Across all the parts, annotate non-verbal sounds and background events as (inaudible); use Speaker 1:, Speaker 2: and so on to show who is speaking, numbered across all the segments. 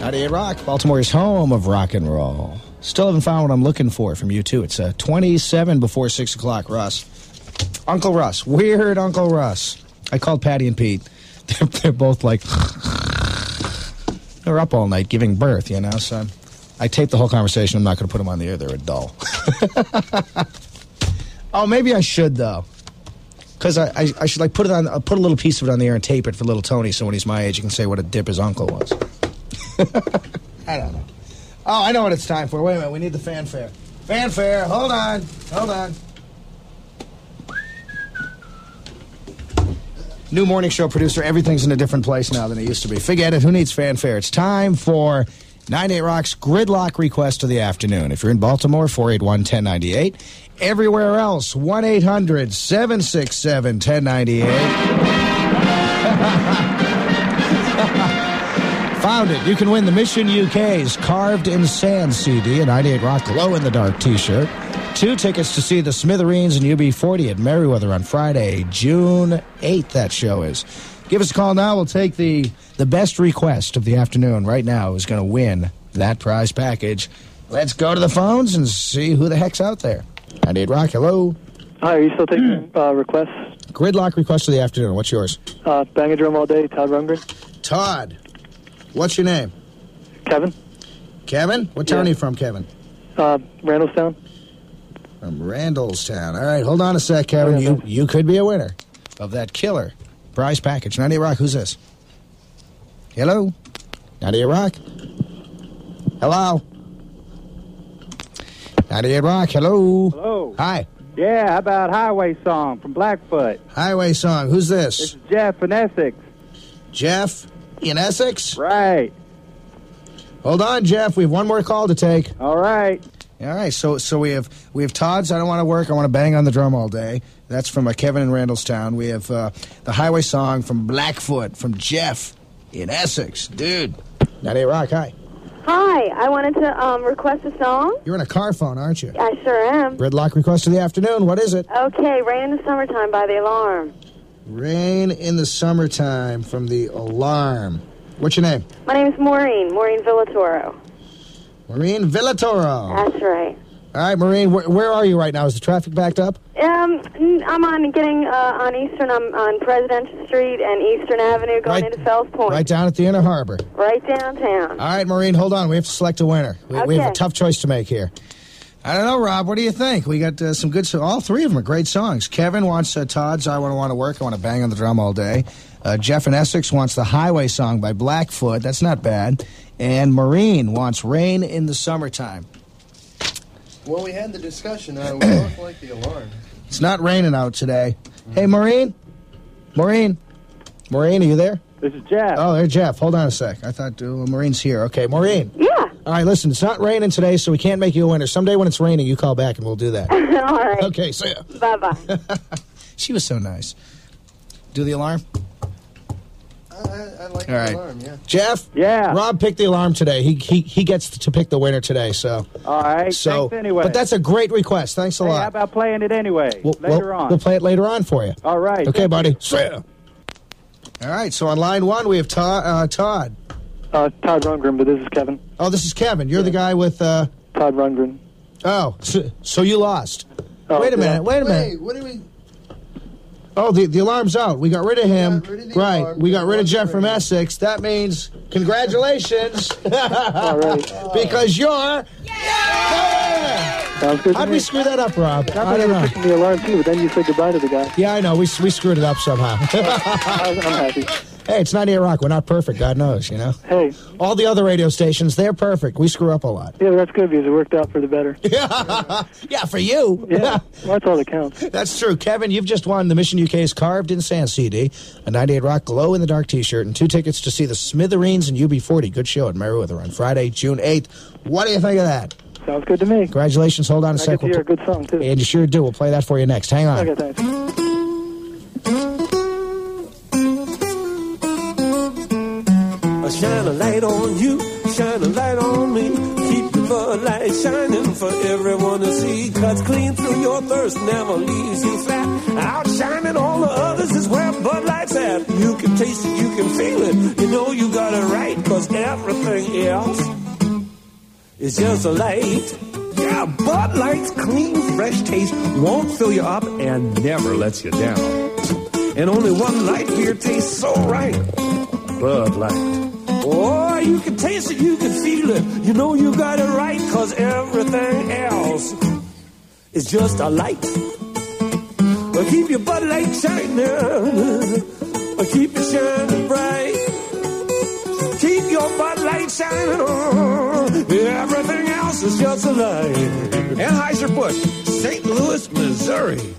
Speaker 1: 98 Rock, Baltimore's home of rock and roll. Still haven't found what I'm looking for from you, too. It's uh, 27 before 6 o'clock, Russ. Uncle Russ, weird Uncle Russ. I called Patty and Pete. (laughs) They're, they're both like, they're up all night giving birth, you know, so I taped the whole conversation. I'm not going to put them on the air. They're a dull. (laughs) oh, maybe I should, though. Because I, I, I should like put it on, uh, put a little piece of it on the air and tape it for little Tony, so when he's my age, he can say what a dip his uncle was. I don't know. Oh, I know what it's time for. Wait a minute, we need the fanfare. Fanfare. Hold on, hold on. New morning show producer. Everything's in a different place now than it used to be. Forget it. Who needs fanfare? It's time for 98 Rock's gridlock request of the afternoon. If you're in Baltimore, 481 1098. Everywhere else, 1 800 767 1098. Found it. You can win the Mission UK's Carved in Sand CD, and 98 Rock Glow in the Dark t shirt. Two tickets to see the Smithereens and UB40 at Merriweather on Friday, June 8th, that show is. Give us a call now. We'll take the, the best request of the afternoon right now is going to win that prize package. Let's go to the phones and see who the heck's out there. 98 Rock, hello.
Speaker 2: Hi, are you still taking
Speaker 1: Hmm.
Speaker 2: uh, requests?
Speaker 1: Gridlock request of the afternoon. What's yours?
Speaker 2: Uh, bang a drum all day, Todd Rundgren.
Speaker 1: Todd. What's your name?
Speaker 2: Kevin,
Speaker 1: Kevin? What town are you from, Kevin?
Speaker 2: uh, Randallstown.
Speaker 1: From Randallstown. All right, hold on a sec,
Speaker 2: Oh,
Speaker 1: Kevin. You you could be a winner of that killer prize package. 98 Rock, who's this? Hello? 98 Rock? Hello? 98 Rock, hello?
Speaker 3: Hello.
Speaker 1: Hi.
Speaker 3: Yeah, how about Highway Song from Blackfoot?
Speaker 1: Highway Song, who's
Speaker 3: This
Speaker 1: this?
Speaker 3: is Jeff in Essex.
Speaker 1: Jeff in Essex?
Speaker 3: Right.
Speaker 1: Hold on, Jeff. We have one more call to take.
Speaker 3: All right.
Speaker 1: All right, so so we have we have Todd's. I don't want to work. I want to bang on the drum all day. That's from uh, Kevin in Randallstown. We have uh, the Highway Song from Blackfoot from Jeff in Essex, dude. Not a rock. Hi,
Speaker 4: Hi, I wanted to um, request a song.
Speaker 1: you're in a car phone, aren't you?
Speaker 4: I sure am.
Speaker 1: Gridlock request of the afternoon. What is it?
Speaker 4: Okay, Rain in the Summertime by The Alarm.
Speaker 1: Rain in the summertime from the Alarm. What's your name?
Speaker 4: My name is Maureen, Maureen Villatoro.
Speaker 1: Maureen Villatoro. All
Speaker 4: That's right.
Speaker 1: right, Maureen, wh- where are you right now? Is the traffic backed up?
Speaker 4: Um, n- I'm on getting uh, on Eastern. I'm on Presidential Street and Eastern Avenue going
Speaker 1: Right-
Speaker 4: into Fells Point.
Speaker 1: Right down at the Inner Harbor.
Speaker 4: Right downtown.
Speaker 1: All right, Maureen, hold on. We have to select a winner. We, we have a
Speaker 4: Okay.
Speaker 1: tough choice to make here. I don't know, Rob. What do you think? We got uh, some good. So all three of them are great songs. Kevin wants uh, Todd's "I Want to Want to Work." I want to bang on the drum all day. Uh, Jeff in Essex wants the Highway song by Blackfoot. That's not bad. And Maureen wants "Rain in the Summertime."
Speaker 5: Well, we had the discussion. I would look like the alarm.
Speaker 1: It's not raining out today. Hey, Maureen. Maureen. Maureen, are you there?
Speaker 3: This is Jeff.
Speaker 1: Oh, there, Jeff. Hold on a sec. I thought uh, Maureen's here. Okay, Maureen.
Speaker 4: Yeah.
Speaker 1: All right, listen, it's not raining today, so we can't make you a winner. Someday when it's raining, you call back and we'll do that.
Speaker 4: (laughs)
Speaker 3: (laughs)
Speaker 4: All right.
Speaker 1: okay, see ya.
Speaker 4: Bye bye.
Speaker 1: She was so nice. Do the alarm?
Speaker 5: I, I, I like
Speaker 1: All right.
Speaker 5: the alarm, yeah.
Speaker 1: Jeff?
Speaker 3: Yeah.
Speaker 1: Rob picked the alarm today. He he, he gets to pick the winner today, so.
Speaker 3: All right.
Speaker 1: so
Speaker 3: Thanks anyway.
Speaker 1: But that's a great request. Thanks a
Speaker 3: hey, how
Speaker 1: lot.
Speaker 3: about playing it anyway?
Speaker 1: We'll- we'll-
Speaker 3: later on.
Speaker 1: We'll play it later on for you.
Speaker 3: All right.
Speaker 1: Okay, buddy. See ya. All right, so on line one, we have Todd. Uh, Todd.
Speaker 2: Uh, Todd Rundgren, but this is Kevin.
Speaker 1: Oh, this is Kevin. You're the guy with. Uh,
Speaker 2: Todd Rundgren.
Speaker 1: oh, so, so you lost.
Speaker 2: Oh,
Speaker 1: wait a
Speaker 2: yeah.
Speaker 1: minute. Wait a minute.
Speaker 5: Hey, what do we?
Speaker 1: Oh, the, the alarm's out. We got rid of him.
Speaker 5: rid of the
Speaker 1: right.
Speaker 5: alarm.
Speaker 1: We got rid of
Speaker 5: Wasn't
Speaker 1: Jeff from
Speaker 5: ready.
Speaker 1: Essex. That means congratulations (laughs)
Speaker 2: All right.
Speaker 1: because you're.
Speaker 2: Sounds good. to
Speaker 1: How'd
Speaker 2: me.
Speaker 1: we screw that up, Rob? I
Speaker 2: I was
Speaker 1: don't know.
Speaker 2: pushing the alarm too, but then you said goodbye to the guy.
Speaker 1: Yeah, I know. We, we screwed it up somehow.
Speaker 2: I was, (laughs) I'm happy.
Speaker 1: hey, it's 98 Rock. We're not perfect. God knows, you know?
Speaker 2: Hey,
Speaker 1: All the other radio stations, they're perfect. We screw up a lot.
Speaker 2: yeah, that's good because it worked out for the better.
Speaker 1: (laughs) Yeah, for you.
Speaker 2: Yeah, well, that's all that counts.
Speaker 1: That's true. Kevin, you've just won the Mission UK's Carved in Sand CD, a 98 Rock Glow in the Dark t shirt, and two tickets to see the Smithereens and UB40. Good show at Merriweather on Friday, June 8th. What do you think of that?
Speaker 2: Sounds good to me.
Speaker 1: Congratulations. Hold on a
Speaker 2: I get
Speaker 1: second.
Speaker 2: to hear a good song too.
Speaker 1: and you sure do. We'll play that for you next. Hang on.
Speaker 2: Okay, thanks.
Speaker 6: Shine a light on you, shine a light on me. Keep the silver light shining for everyone to see. Cuts clean through your thirst, never leaves you flat. Outshining all the others is where Bud Light's at. You can taste it, you can feel it. You know you got it right, cause everything else is just a light. Yeah, Bud Light's clean, fresh taste won't fill you up and never lets you down. And only one light beer tastes so right. Bud Light. Oh, you can taste it, you can feel it. You know you got it right, cause everything else is just a light. Well, keep your Bud Light shining. Well, keep it shining bright. Keep your Bud Light shining on. Everything else is just a lie. Anheuser-Busch, St. Louis, Missouri.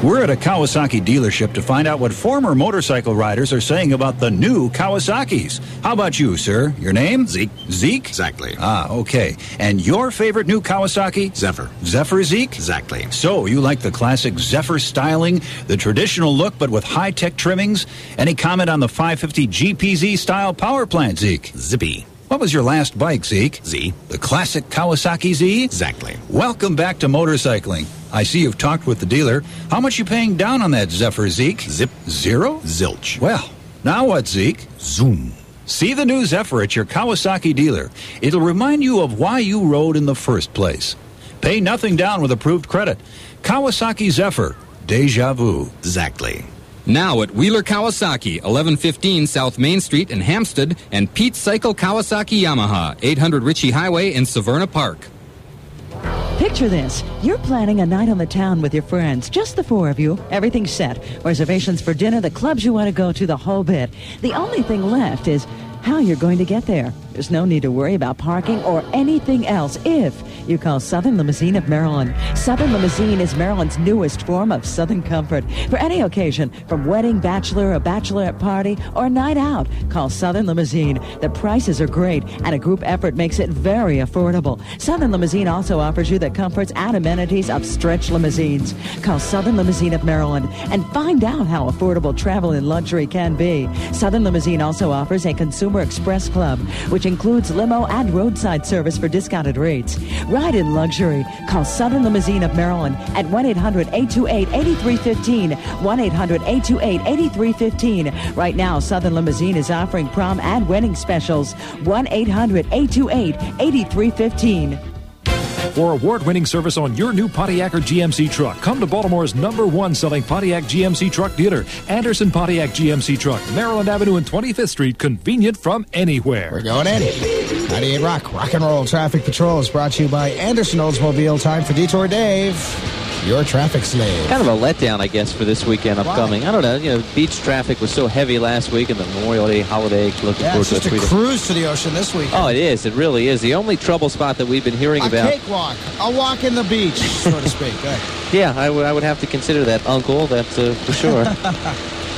Speaker 7: We're at a Kawasaki dealership to find out what former motorcycle riders are saying about the new Kawasaki's. How about you, sir? Your name? Zeke. Zeke?
Speaker 8: Exactly.
Speaker 7: Ah, okay. And your favorite new Kawasaki?
Speaker 8: Zephyr.
Speaker 7: Zephyr Zeke?
Speaker 8: Exactly.
Speaker 7: So, you like the classic Zephyr styling, the traditional look but with high tech trimmings? Any comment on the 550 GPZ style power plant, Zeke?
Speaker 8: Zippy.
Speaker 7: What was your last bike, Zeke?
Speaker 8: Z.
Speaker 7: The classic Kawasaki Z?
Speaker 8: Exactly.
Speaker 7: Welcome back to motorcycling. I see you've talked with the dealer. How much you paying down on that Zephyr Zeke?
Speaker 8: Zip.
Speaker 7: Zero?
Speaker 8: Zilch.
Speaker 7: Well, now what, Zeke?
Speaker 8: Zoom.
Speaker 7: See the new Zephyr at your Kawasaki dealer. It'll remind you of why you rode in the first place. Pay nothing down with approved credit. Kawasaki Zephyr. Deja vu.
Speaker 8: Exactly.
Speaker 9: Now at Wheeler Kawasaki, 1115 South Main Street in Hampstead, and Pete Cycle Kawasaki Yamaha, 800 Ritchie Highway in Saverna Park.
Speaker 10: Picture this. You're planning a night on the town with your friends, just the four of you. Everything's set. Reservations for dinner, the clubs you want to go to, the whole bit. The only thing left is how you're going to get there. There's no need to worry about parking or anything else if you call Southern Limousine of Maryland. Southern Limousine is Maryland's newest form of Southern comfort. For any occasion, from wedding, bachelor, or bachelorette party, or night out, call Southern Limousine. The prices are great, and a group effort makes it very affordable. Southern Limousine also offers you the comforts and amenities of stretch limousines. Call Southern Limousine of Maryland and find out how affordable travel and luxury can be. Southern Limousine also offers a Consumer Express Club, which includes limo and roadside service for discounted rates. Ride in luxury. Call Southern Limousine of Maryland at 1 800 828 8315. 1 800 828 8315. Right now, Southern Limousine is offering prom and wedding specials. 1 800 828 8315.
Speaker 11: For award winning service on your new Pontiac or GMC truck, come to Baltimore's number one selling Pontiac GMC truck dealer, Anderson Pontiac GMC Truck, Maryland Avenue and 25th Street, convenient from anywhere.
Speaker 1: We're going at it. 98 Rock, Rock and Roll Traffic Patrol is brought to you by Anderson Oldsmobile. Time for Detour Dave, your traffic slave.
Speaker 12: Kind of a letdown, I guess, for this weekend upcoming. I don't know. You know, beach traffic was so heavy last week, and the Memorial Day holiday. Looking
Speaker 1: Yeah,
Speaker 12: forward
Speaker 1: it's
Speaker 12: to
Speaker 1: just a
Speaker 12: it.
Speaker 1: cruise to the ocean this week.
Speaker 12: Oh, it is. It really is. The only trouble spot that we've been hearing
Speaker 1: a
Speaker 12: about.
Speaker 1: cakewalk, a walk in the beach, so to speak. Go ahead. (laughs)
Speaker 12: Yeah, I would I would have to consider that uncle. That's uh, for
Speaker 1: (laughs)
Speaker 12: sure.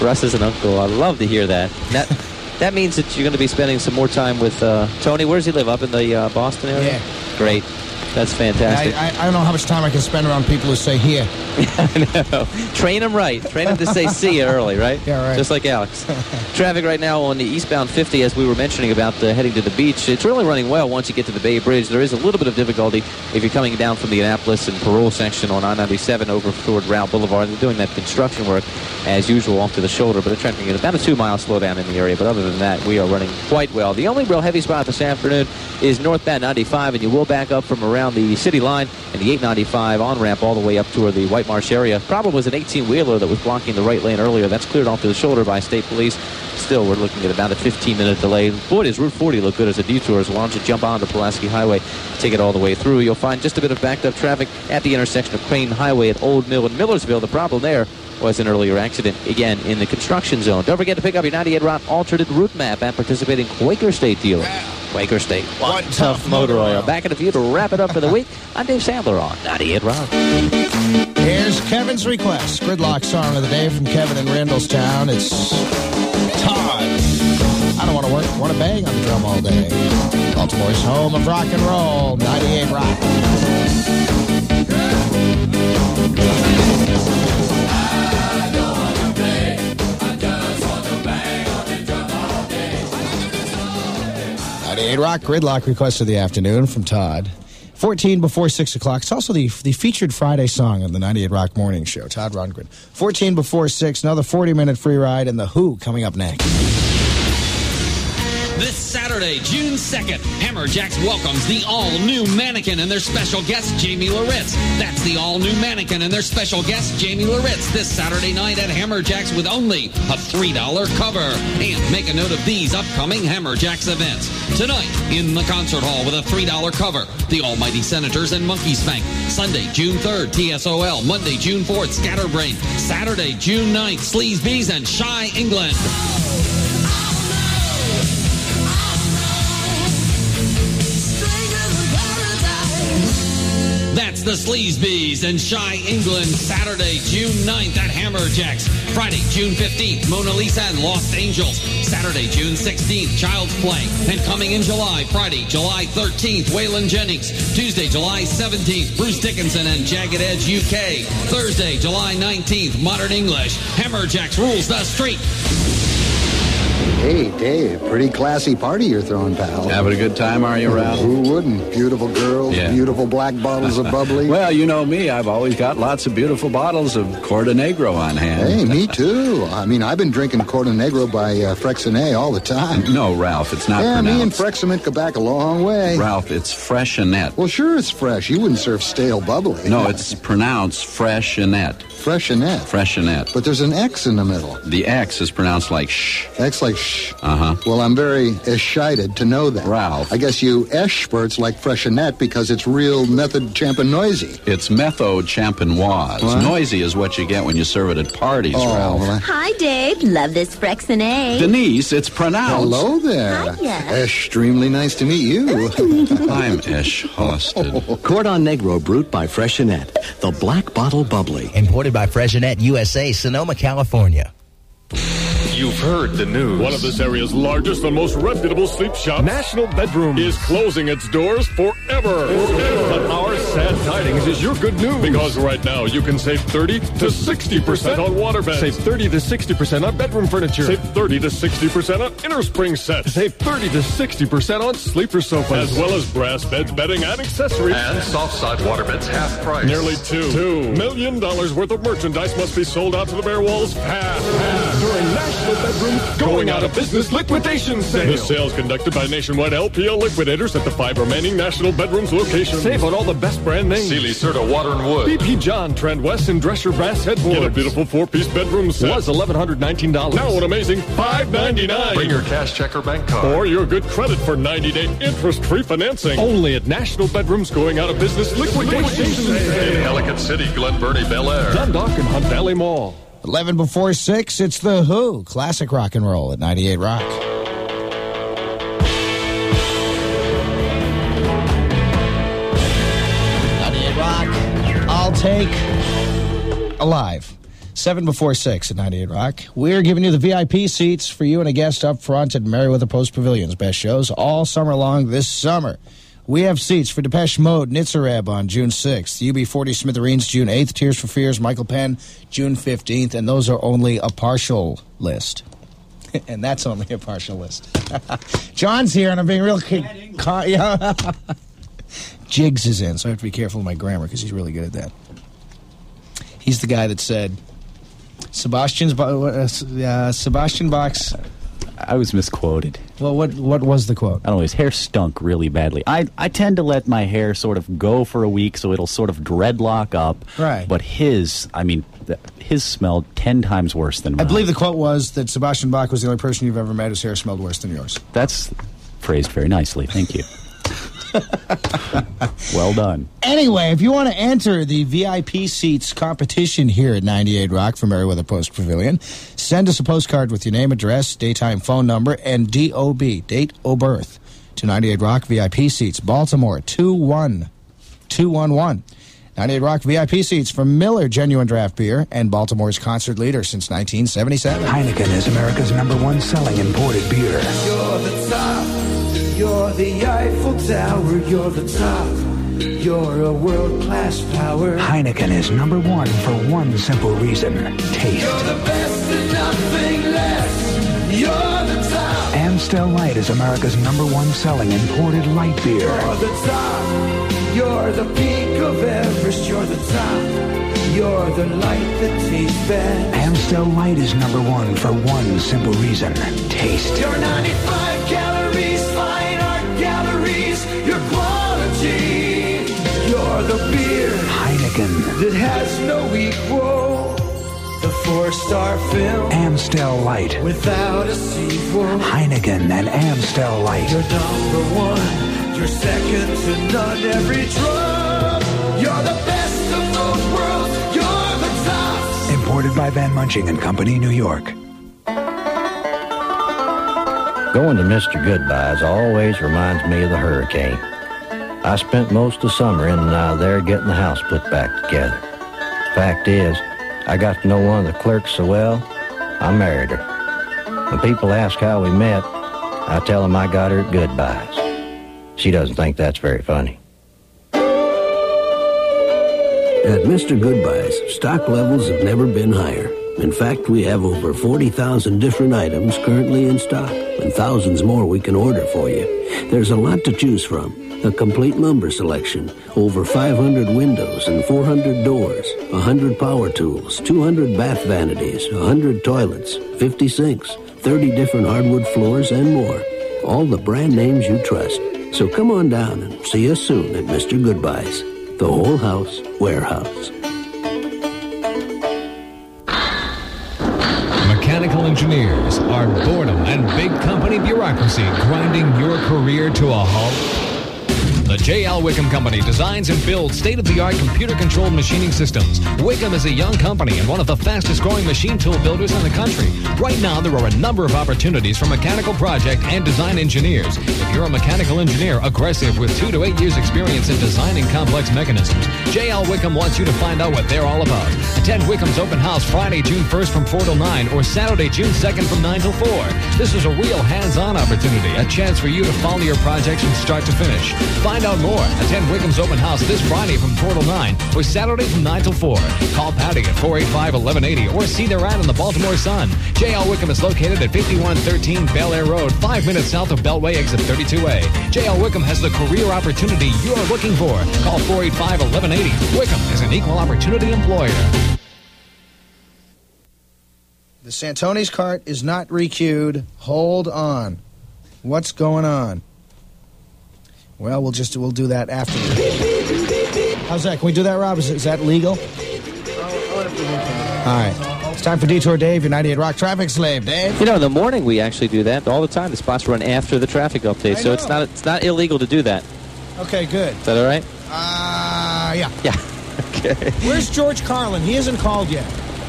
Speaker 12: Russ is an uncle. I love to hear that. That that means that you're going to be spending some more time with uh, Tony. Where does he live? Up in the uh, Boston area.
Speaker 1: Yeah.
Speaker 12: Great. That's fantastic.
Speaker 1: I, I, I don't know how much time I can spend around people who
Speaker 12: (laughs)
Speaker 1: say here.
Speaker 12: Train him right. Train him to say (laughs) see you early, right?
Speaker 1: Yeah, right.
Speaker 12: Just like
Speaker 1: (laughs)
Speaker 12: Alex. Traffic right now on the eastbound 50, as we were mentioning about uh, heading to the beach. It's really running well once you get to the Bay Bridge. There is a little bit of difficulty if you're coming down from the Annapolis and Parole section on I-97 over toward Route Boulevard. They're doing that construction work as usual off to the shoulder, but they're trying to get about a two-mile slowdown in the area. But other than that, we are running quite well. The only real heavy spot this afternoon is northbound 95, and you will back up from around the city line and the 895 on ramp all the way up toward the White Marsh area. Problem was an 18 wheeler that was blocking the right lane earlier. That's cleared off to the shoulder by state police. Still, we're looking at about a 15 minute delay. Boy, does Route 40 look good as a detour. So why don't you jump onto Pulaski Highway, take it all the way through? You'll find just a bit of backed up traffic at the intersection of Crane Highway at Old Mill and Millersville. The problem there was an earlier accident, again in the construction zone. Don't forget to pick up your 98 Rock alternate route map at participating Quaker State dealer. Quaker State, one, tough, motor oil. Back in a few to wrap it up for the week. I'm Dave Sandler on 98 Rock.
Speaker 1: Here's Kevin's request. Gridlock song of the day from Kevin in Randallstown. It's Todd. I don't want to work, want to bang on the drum all day. Baltimore's home of rock and roll, 98 Rock. 98 Rock Gridlock request of the afternoon from Todd. 14 before 6 o'clock. It's also the, the featured Friday song on the 98 Rock Morning Show. Todd Rundgren. 14 before 6, another 40 minute free ride, and The Who coming up next.
Speaker 8: This Saturday, June 2nd, Hammerjacks welcomes the all new Mannequin and their special guest, Jamie Loritz. That's the all new Mannequin and their special guest, Jamie Loritz, this Saturday night at Hammerjacks with only a $3 cover. And make a note of these upcoming Hammerjacks events. Tonight, in the concert hall with a $3 cover, the Almighty Senators and Monkeys Bank. Sunday, June 3rd, TSOL. Monday, June 4th, Scatterbrain. Saturday, June 9th, Sleaze Bees and Shy England. That's the Sleazebees and Shy England Saturday, June 9th at Hammerjacks. Friday, June 15th, Mona Lisa and Lost Angels. Saturday, June 16th, Child's Play. And coming in July, Friday, July 13th, Waylon Jennings. Tuesday, July 17th, Bruce Dickinson and Jagged Edge UK. Thursday, July 19th, Modern English. Hammerjacks rules the street.
Speaker 13: Hey, Dave, pretty classy party you're throwing, pal.
Speaker 14: Having a good time, are you, Ralph?
Speaker 13: Who wouldn't? Beautiful girls,
Speaker 14: Yeah.
Speaker 13: beautiful black bottles of
Speaker 14: (laughs)
Speaker 13: bubbly.
Speaker 14: well, you know me. I've always got lots of beautiful bottles of Corda Negro on hand.
Speaker 13: Hey, me too. I mean, I've been drinking Corte Negro by uh, Freixenet all the time.
Speaker 14: No, Ralph, it's not
Speaker 13: yeah, me and
Speaker 14: pronounced.
Speaker 13: Freximent go back a long way.
Speaker 14: Ralph, it's Freshenette.
Speaker 13: Well, sure, it's fresh. You wouldn't serve stale bubbly.
Speaker 14: No, it's pronounced Freshenette.
Speaker 13: Freshenette.
Speaker 14: Freshenette.
Speaker 13: But there's an X in the middle.
Speaker 14: The X is pronounced like sh.
Speaker 13: X like shh.
Speaker 14: Uh huh.
Speaker 13: Well, I'm very excited to know that. Ralph. I guess you experts like Freshenette because it's real method champenoisy.
Speaker 14: It's metho champenoise.
Speaker 13: What?
Speaker 14: Noisy is what you get when you serve it at parties,
Speaker 13: Oh,
Speaker 14: Ralph.
Speaker 13: well,
Speaker 15: Hi, Dave. Love this Frexenay.
Speaker 14: Denise, it's pronounced.
Speaker 13: Hello there.
Speaker 15: Hiya.
Speaker 13: Extremely nice to meet you.
Speaker 14: (laughs) I'm Esh Hosted.
Speaker 13: (laughs)
Speaker 16: Cordon Negro Brut by Freshenette, the black bottle bubbly. Imported by Freshenette USA, Sonoma, California.
Speaker 17: You've heard the news. One of this area's largest and most reputable sleep shops, National Bedroom, is closing its doors forever. But our sad tidings is your good news. Because right now you can save 30 to 60% on water beds.
Speaker 18: Save 30 to 60% on bedroom furniture.
Speaker 17: Save 30 to 60% on inner spring sets.
Speaker 18: Save 30 to 60% on sleeper sofas.
Speaker 17: As well as brass beds, bedding, and accessories.
Speaker 18: And soft side water beds half price.
Speaker 17: Nearly two, two million dollars worth of merchandise must be sold out to the bare walls fast, fast during National Bedroom Going Out of Business Liquidation Sale. The sales conducted by nationwide LPL liquidators at the five remaining National Bedrooms locations.
Speaker 18: Save on all the best brand names.
Speaker 17: Sealy, Serta, Water and Wood.
Speaker 18: BP John, Trend West, and Dresser Brass headboards.
Speaker 17: Get a beautiful four-piece bedroom set.
Speaker 18: Was $1,119.
Speaker 17: Now an amazing five ninety nine.
Speaker 18: Bring your cash check or bank card.
Speaker 17: Or your good credit for 90 day interest free financing.
Speaker 18: Only at National Bedrooms Going Out of Business Liquidation
Speaker 17: In
Speaker 18: Sale.
Speaker 17: Ellicott City, Glen Burnie, Bel Air.
Speaker 18: Dundalk and Hunt Valley Mall.
Speaker 1: 11 before 6, it's The Who. Classic rock and roll at 98 Rock. Rock. I'll take Alive. 7 before 6 at 98 Rock. We're giving you the VIP seats for you and a guest up front at Merriweather Post Pavilion's best shows all summer long this summer. We have seats for Depeche Mode, Nitzarab on June 6th, UB40 Smithereens June 8th, Tears for Fears, Michael Penn June 15th, and those are only a partial list. (laughs) and that's only a partial list. (laughs) John's here, and I'm being real. Ca- ca- (laughs) yeah. Jigs is in, so I have to be careful of my grammar because he's really good at that. He's the guy that said Sebastian's bo- uh, S- uh, Sebastian Box.
Speaker 19: I was misquoted.
Speaker 1: Well, what what was the quote?
Speaker 19: I don't know. His hair stunk really badly. I, I tend to let my hair sort of go for a week, so it'll sort of dreadlock up.
Speaker 1: Right.
Speaker 19: But his, I mean, th- his smelled ten times worse than
Speaker 1: I
Speaker 19: mine.
Speaker 1: believe the quote was that Sebastian Bach was the only person you've ever met whose hair smelled worse than yours.
Speaker 19: That's phrased very nicely.
Speaker 1: (laughs)
Speaker 19: Thank you. well done.
Speaker 1: Anyway, if you want to enter the VIP seats competition here at 98 Rock for Meriwether Post Pavilion, send us a postcard with your name, address, daytime phone number, and DOB, date of birth, to 98 Rock VIP seats, Baltimore 21211. 98 Rock VIP seats for Miller Genuine Draft Beer and Baltimore's concert leader since 1977. Heineken is America's number one selling imported beer.
Speaker 20: You're the top. You're the Eiffel Tower. You're the top. You're a world class power.
Speaker 21: Heineken is number one for one simple reason taste.
Speaker 20: You're the best and nothing less. You're the top.
Speaker 21: And Amstel Light is America's number one selling imported light beer.
Speaker 20: You're the top. You're the peak of Everest. You're the top. You're the light that tastes best.
Speaker 21: Amstel Light is number one for one simple reason taste.
Speaker 20: Your 95 calories, fine art galleries, your quality. You're the beer
Speaker 21: Heineken.
Speaker 20: that has no equal. The four-star film
Speaker 21: Amstel Light.
Speaker 20: without a sequel.
Speaker 21: Heineken and Amstel Light.
Speaker 20: You're number one. You're second to none. Every drop. You're the best of both worlds. You're the top.
Speaker 21: Imported by Van Munching and Company, New York.
Speaker 4: Going to Mr. Goodbye's always reminds me of the hurricane. I spent most of summer in and out of there getting the house put back together. Fact is, I got to know one of the clerks so well, I married her. When people ask how we met, I tell them I got her at Goodbye's. She doesn't think that's very funny.
Speaker 22: At Mr. Goodbye's, stock levels have never been higher. In fact, we have over 40,000 different items currently in stock, and thousands more we can order for you. There's a lot to choose from a complete lumber selection, over 500 windows and 400 doors, 100 power tools, 200 bath vanities, 100 toilets, 50 sinks, 30 different hardwood floors, and more. All the brand names you trust. So come on down and see us soon at Mr. Goodbye's, the whole house warehouse.
Speaker 23: Mechanical engineers are boredom and big company bureaucracy grinding your career to a halt? The J.L. Wickham Company designs and builds state-of-the-art computer-controlled machining systems. Wickham is a young company and one of the fastest-growing machine tool builders in the country. Right now, there are a number of opportunities for mechanical project and design engineers. If you're a mechanical engineer aggressive with two to eight years experience in designing complex mechanisms, J.L. Wickham wants you to find out what they're all about. Attend Wickham's open house Friday, June 1st from 4 till 9 or Saturday, June 2nd from 9 till 4. This is a real hands-on opportunity, a chance for you to follow your projects from start to finish. Find out more. Attend Wickham's open house this Friday from 4 till 9 or Saturday from 9 till 4. Call Patty at 485-1180 or see their ad in the Baltimore Sun. J.L. Wickham is located at 5113 Bel Air Road, 5 minutes south of Beltway exit 32A. J.L. Wickham has the career opportunity you're looking for. Call 485-1180. Wickham is an equal opportunity employer.
Speaker 1: The Santoni's cart is not requeued. Hold on. What's going on? Well, we'll just we'll do that afterward. How's that? Can we do that, Rob? Is, is that legal? All right. It's time for Detour Dave, your 98 Rock Traffic Slave. Dave.
Speaker 12: You know, in the morning we actually do that all the time. The spots run after the traffic update, so it's not it's not illegal to do that.
Speaker 1: Okay, good.
Speaker 12: Is that all right?
Speaker 1: Uh, yeah.
Speaker 12: (laughs) Yeah. Okay.
Speaker 1: Where's George Carlin? He hasn't called yet.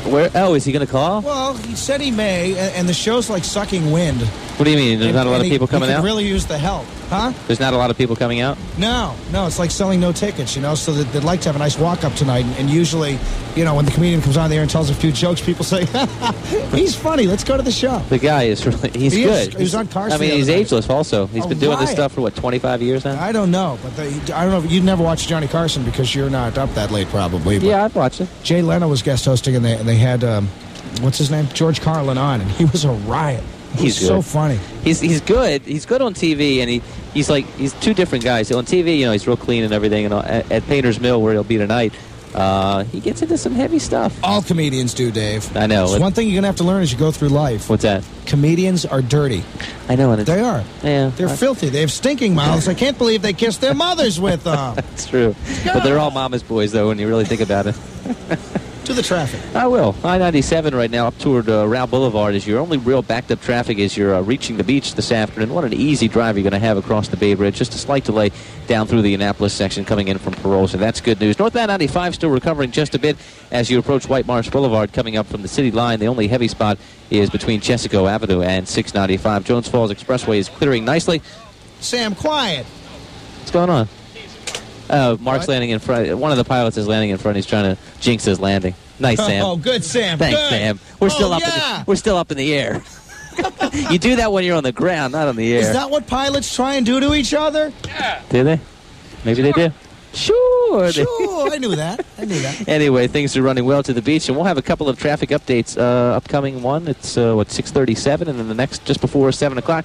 Speaker 12: Where? Oh, is he going to call?
Speaker 1: Well, he said he may, a- and the show's like sucking wind.
Speaker 12: What do you mean? There's
Speaker 1: And-
Speaker 12: not a lot
Speaker 1: and
Speaker 12: of
Speaker 1: he-
Speaker 12: people coming
Speaker 1: he could
Speaker 12: out.
Speaker 1: really use the help, huh?
Speaker 12: There's not a lot of people coming out.
Speaker 1: No, no, it's like selling no tickets, you know. So that they'd like to have a nice walk up tonight, and, and usually, you know, when the comedian comes on the air and tells a few jokes, people say, (laughs) "He's funny. Let's go to the show."
Speaker 12: The guy is really (laughs) he's
Speaker 1: He is-
Speaker 12: good.
Speaker 1: he was on Carson
Speaker 12: I mean,
Speaker 1: the
Speaker 12: he's
Speaker 1: other night.
Speaker 12: ageless. Also, he's
Speaker 1: A
Speaker 12: been doing this
Speaker 1: riot.
Speaker 12: stuff for what 25 years now.
Speaker 1: I don't know, but the, I don't know. if You never watched Johnny Carson because you're not up that late, probably. But
Speaker 12: yeah, I've watched it.
Speaker 1: Jay Leno was guest hosting, and they and they had um, what's his name, George Carlin, on, and he was a riot. He
Speaker 12: He's
Speaker 1: was so
Speaker 12: good.
Speaker 1: funny.
Speaker 12: He's he's good. He's good on TV, and he he's like he's two different guys. On TV, you know, he's real clean and everything. And all, at, at Painter's Mill, where he'll be tonight, uh, he gets into some heavy stuff.
Speaker 1: All comedians do, Dave.
Speaker 12: I know.
Speaker 1: So one thing you're gonna have to learn as you go through life.
Speaker 12: What's that?
Speaker 1: Comedians are dirty.
Speaker 12: I know, and
Speaker 1: they are.
Speaker 12: Yeah,
Speaker 1: they're
Speaker 12: I-
Speaker 1: filthy. They have stinking mouths. I can't believe they kissed their mothers with uh, them.
Speaker 12: It's true. But they're all mama's boys, though, when you really think about it.
Speaker 1: to the traffic.
Speaker 12: I will. I 97 right now up toward uh, Rao Boulevard is your only real backed up traffic as you're uh, reaching the beach this afternoon. What an easy drive you're going to have across the Bay Bridge. Just a slight delay down through the Annapolis section coming in from Parole, so that's good news. Northbound 95 still recovering just a bit as you approach White Marsh Boulevard coming up from the city line. The only heavy spot is between Chesico Avenue and 695. Jones Falls Expressway is clearing nicely.
Speaker 1: Sam, quiet.
Speaker 12: What's going on? Uh, Mark's landing in front. One of the pilots is landing in front. He's trying to jinx his landing.
Speaker 1: (laughs)
Speaker 12: Nice, Sam.
Speaker 1: Oh, good, Sam.
Speaker 12: Thanks,
Speaker 1: Good.
Speaker 12: Sam. We're still
Speaker 1: Oh,
Speaker 12: up. In
Speaker 1: yeah.
Speaker 12: the, we're still up in the air. (laughs) you do that when you're on the ground, not on the air.
Speaker 1: Is that what pilots try and do to each other?
Speaker 12: do they? Maybe they do. Sure. they-
Speaker 1: Sure, I knew that. I knew that.
Speaker 12: anyway, things are running well to the beach, and we'll have a couple of traffic updates. Uh, upcoming one, it's uh, what 6:37, and then the next just before 7 o'clock.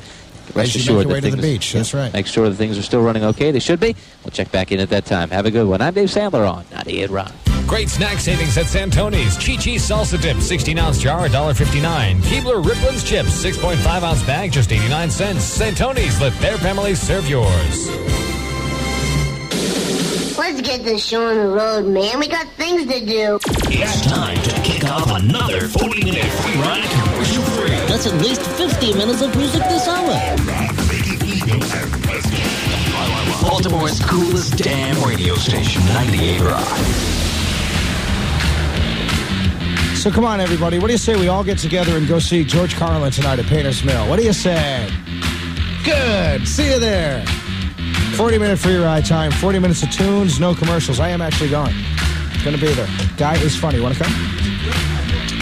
Speaker 1: As
Speaker 12: rest
Speaker 1: you make
Speaker 12: assured
Speaker 1: your way
Speaker 12: that
Speaker 1: to the
Speaker 12: things-
Speaker 1: beach, that's right.
Speaker 12: Make sure that things are still running okay. They should be. We'll check back in at that time. Have a good one. I'm Dave Sandler on 98 Rock.
Speaker 23: Great snack savings at Santoni's. Chi Chi salsa dip, 16 ounce jar, $1.59. Keebler Ripplin's chips, 6.5 ounce bag, just 89 cents. Santoni's, let their families serve yours.
Speaker 2: Let's get this show on the road, man. We got things to do.
Speaker 3: It's time to kick off another 40 minute free ride commercial free. That's at least 50 minutes of music this hour. Baltimore's coolest damn radio station, 98 Rock.
Speaker 1: So come on, everybody. What do you say we all get together and go see George Carlin tonight at Painter's Mill? What do you say? Good. See you there. 40 minute free ride time, 40 minutes of tunes, no commercials. I am actually going. Gonna be there. Guy is funny. Wanna come?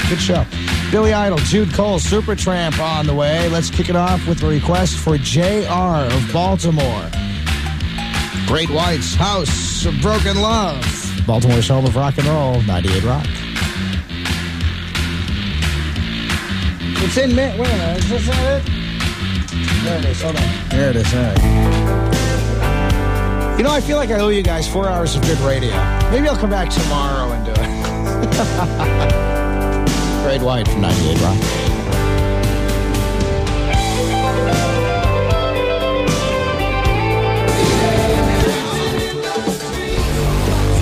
Speaker 1: Good show. Billy Idol, Jude Cole, Supertramp on the way. Let's kick it off with a request for JR of Baltimore. Great White's House of Broken Love. Baltimore's home of rock and roll, 98 Rock. It's in Mint. Wait a minute. Is this not it? There it is. Hold on. There it is. All right. You know, I feel like I owe you guys four hours of good radio. Maybe I'll come back tomorrow and do it. (laughs) Grade White from 98 Rock.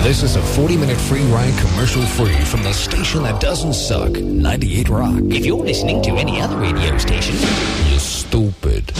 Speaker 23: This is a 40 minute free ride commercial free from the station that doesn't suck, 98 Rock.
Speaker 3: If you're listening to any other radio station, you're stupid.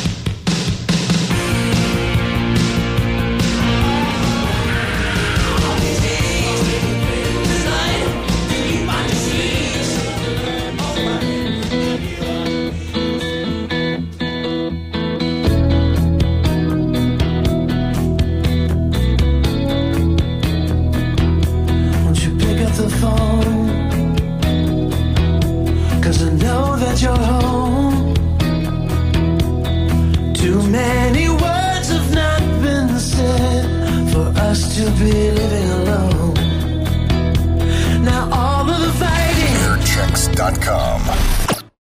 Speaker 20: Won't you pick up the phone? Cause I know that you're home. Too many words have not been said for us to be living alone. Now all of the fighting.
Speaker 5: Airchecks.com.